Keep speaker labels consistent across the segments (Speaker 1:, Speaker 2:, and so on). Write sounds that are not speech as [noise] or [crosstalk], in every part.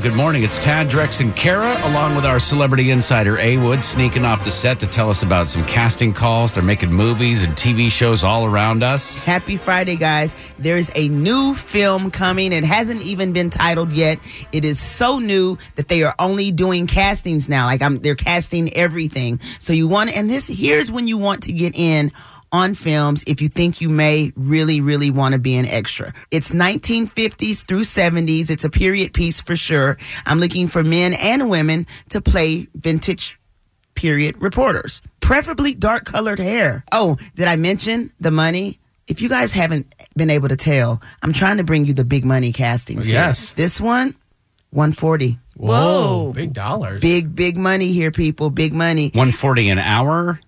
Speaker 1: Good morning. It's Tad, Drex, and Kara, along with our celebrity insider A Wood, sneaking off the set to tell us about some casting calls. They're making movies and TV shows all around us.
Speaker 2: Happy Friday, guys. There is a new film coming. It hasn't even been titled yet. It is so new that they are only doing castings now. Like I'm they're casting everything. So you want and this here's when you want to get in on films if you think you may really, really want to be an extra. It's 1950s through 70s. It's a period piece for sure. I'm looking for men and women to play vintage period reporters, preferably dark colored hair. Oh, did I mention the money? If you guys haven't been able to tell, I'm trying to bring you the big money castings. here.
Speaker 3: Yes.
Speaker 2: This one, 140.
Speaker 3: Whoa, big dollars.
Speaker 2: Big, big money here, people.
Speaker 1: [laughs]
Speaker 2: Big money.
Speaker 1: 140 an hour.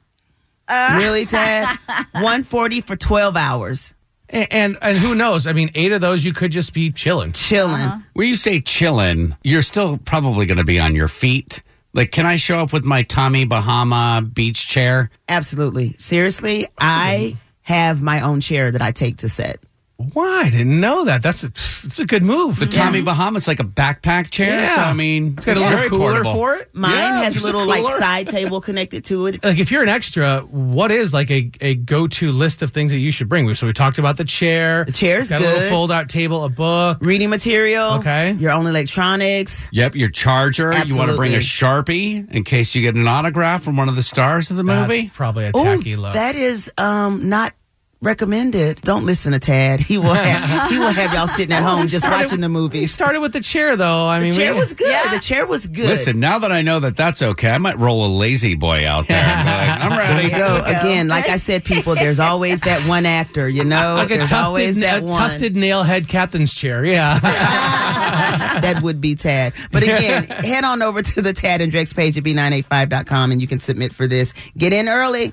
Speaker 2: really, Tad? 140 for 12 hours.
Speaker 3: And, and and who knows? I mean, eight of those you could just be chilling.
Speaker 2: Chilling.
Speaker 1: Where you say chillin', you're still probably going to be on your feet. Like, can I show up with my Tommy Bahama beach chair?
Speaker 2: Absolutely. Seriously, I have my own chair that I take to set.
Speaker 3: Why? I didn't know that. That's a it's a good move.
Speaker 1: The Tommy Bahama, it's like a backpack chair. So, I mean,
Speaker 3: it's got a
Speaker 1: very
Speaker 3: little cooler
Speaker 1: portable.
Speaker 3: for it.
Speaker 2: Mine
Speaker 3: Yeah,
Speaker 2: has
Speaker 3: just
Speaker 2: a little like
Speaker 3: cooler.
Speaker 2: side table connected to it.
Speaker 3: Like if you're an extra, what is like a, a go to list of things that you should bring? So we talked about the chair. The
Speaker 2: chair's
Speaker 3: got a
Speaker 2: good.
Speaker 3: little fold out table, a book.
Speaker 2: Reading material.
Speaker 3: Okay.
Speaker 2: Your own electronics.
Speaker 1: Yep, your charger. You want to bring a
Speaker 2: Absolutely.
Speaker 1: Sharpie in case you get an autograph from one of the stars of the movie?
Speaker 3: That's probably a
Speaker 2: Oh,
Speaker 3: tacky look.
Speaker 2: that is um not recommended. Don't listen to Tad. He will
Speaker 3: [laughs]
Speaker 2: have he will have y'all sitting at home just watching the
Speaker 3: he
Speaker 2: movies.
Speaker 3: started with the chair though. I mean,
Speaker 2: Oh, The
Speaker 3: we-
Speaker 2: chair was good. The chair was good.
Speaker 1: Listen, now that I know that that's okay, I might roll a lazy boy out there. and be like, I'm
Speaker 2: [laughs]
Speaker 1: ready.
Speaker 2: Go again, like I said, people. There's always that one actor, you know.
Speaker 3: like a
Speaker 2: there's always
Speaker 3: tufted, a
Speaker 2: that one.
Speaker 3: tufted nail head captain's chair. Yeah.
Speaker 2: that would be Tad.
Speaker 3: [laughs]
Speaker 2: But again, head on over to the Tad and Drex page at b985.com and you can submit for this. Get in early.